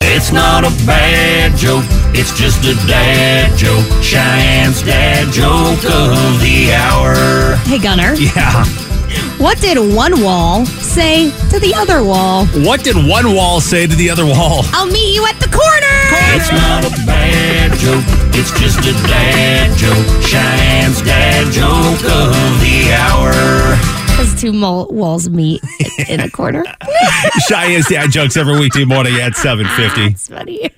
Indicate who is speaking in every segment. Speaker 1: It's not a bad joke, it's just a dad joke. Cheyenne's dad joke of the hour.
Speaker 2: Hey, Gunner.
Speaker 1: Yeah.
Speaker 2: What did one wall say to the other wall?
Speaker 3: What did one wall say to the other wall?
Speaker 2: I'll meet you at the corner.
Speaker 1: It's not a bad joke, it's just a dad joke. Cheyenne's dad joke of the hour.
Speaker 2: Because two mall walls meet in a corner.
Speaker 3: Cheyenne's dad jokes every weekday morning at 7.50.
Speaker 2: That's funny.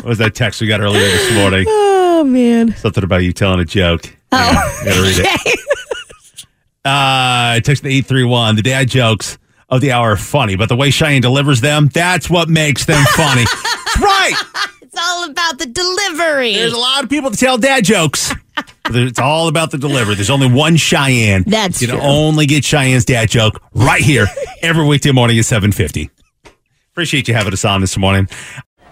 Speaker 3: What was that text we got earlier this morning?
Speaker 2: Oh, man.
Speaker 3: Something about you telling a joke.
Speaker 2: Oh.
Speaker 3: Yeah, gotta read it. Uh, text the 831. The dad jokes of the hour are funny, but the way Cheyenne delivers them, that's what makes them funny. That's right.
Speaker 2: It's all about the delivery.
Speaker 3: There's a lot of people that tell dad jokes. But It's all about the delivery. There's only one Cheyenne.
Speaker 2: That's
Speaker 3: you can
Speaker 2: true.
Speaker 3: only get Cheyenne's dad joke right here every weekday morning at 7:50. Appreciate you having us on this morning.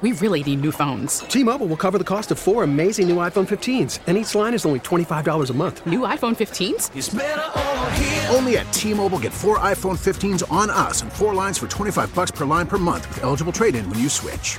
Speaker 4: We really need new phones.
Speaker 5: T-Mobile will cover the cost of four amazing new iPhone 15s, and each line is only $25 a month.
Speaker 4: New iPhone 15s?
Speaker 6: Only at T-Mobile, get four iPhone 15s on us and four lines for 25 bucks per line per month with eligible trade-in when you switch.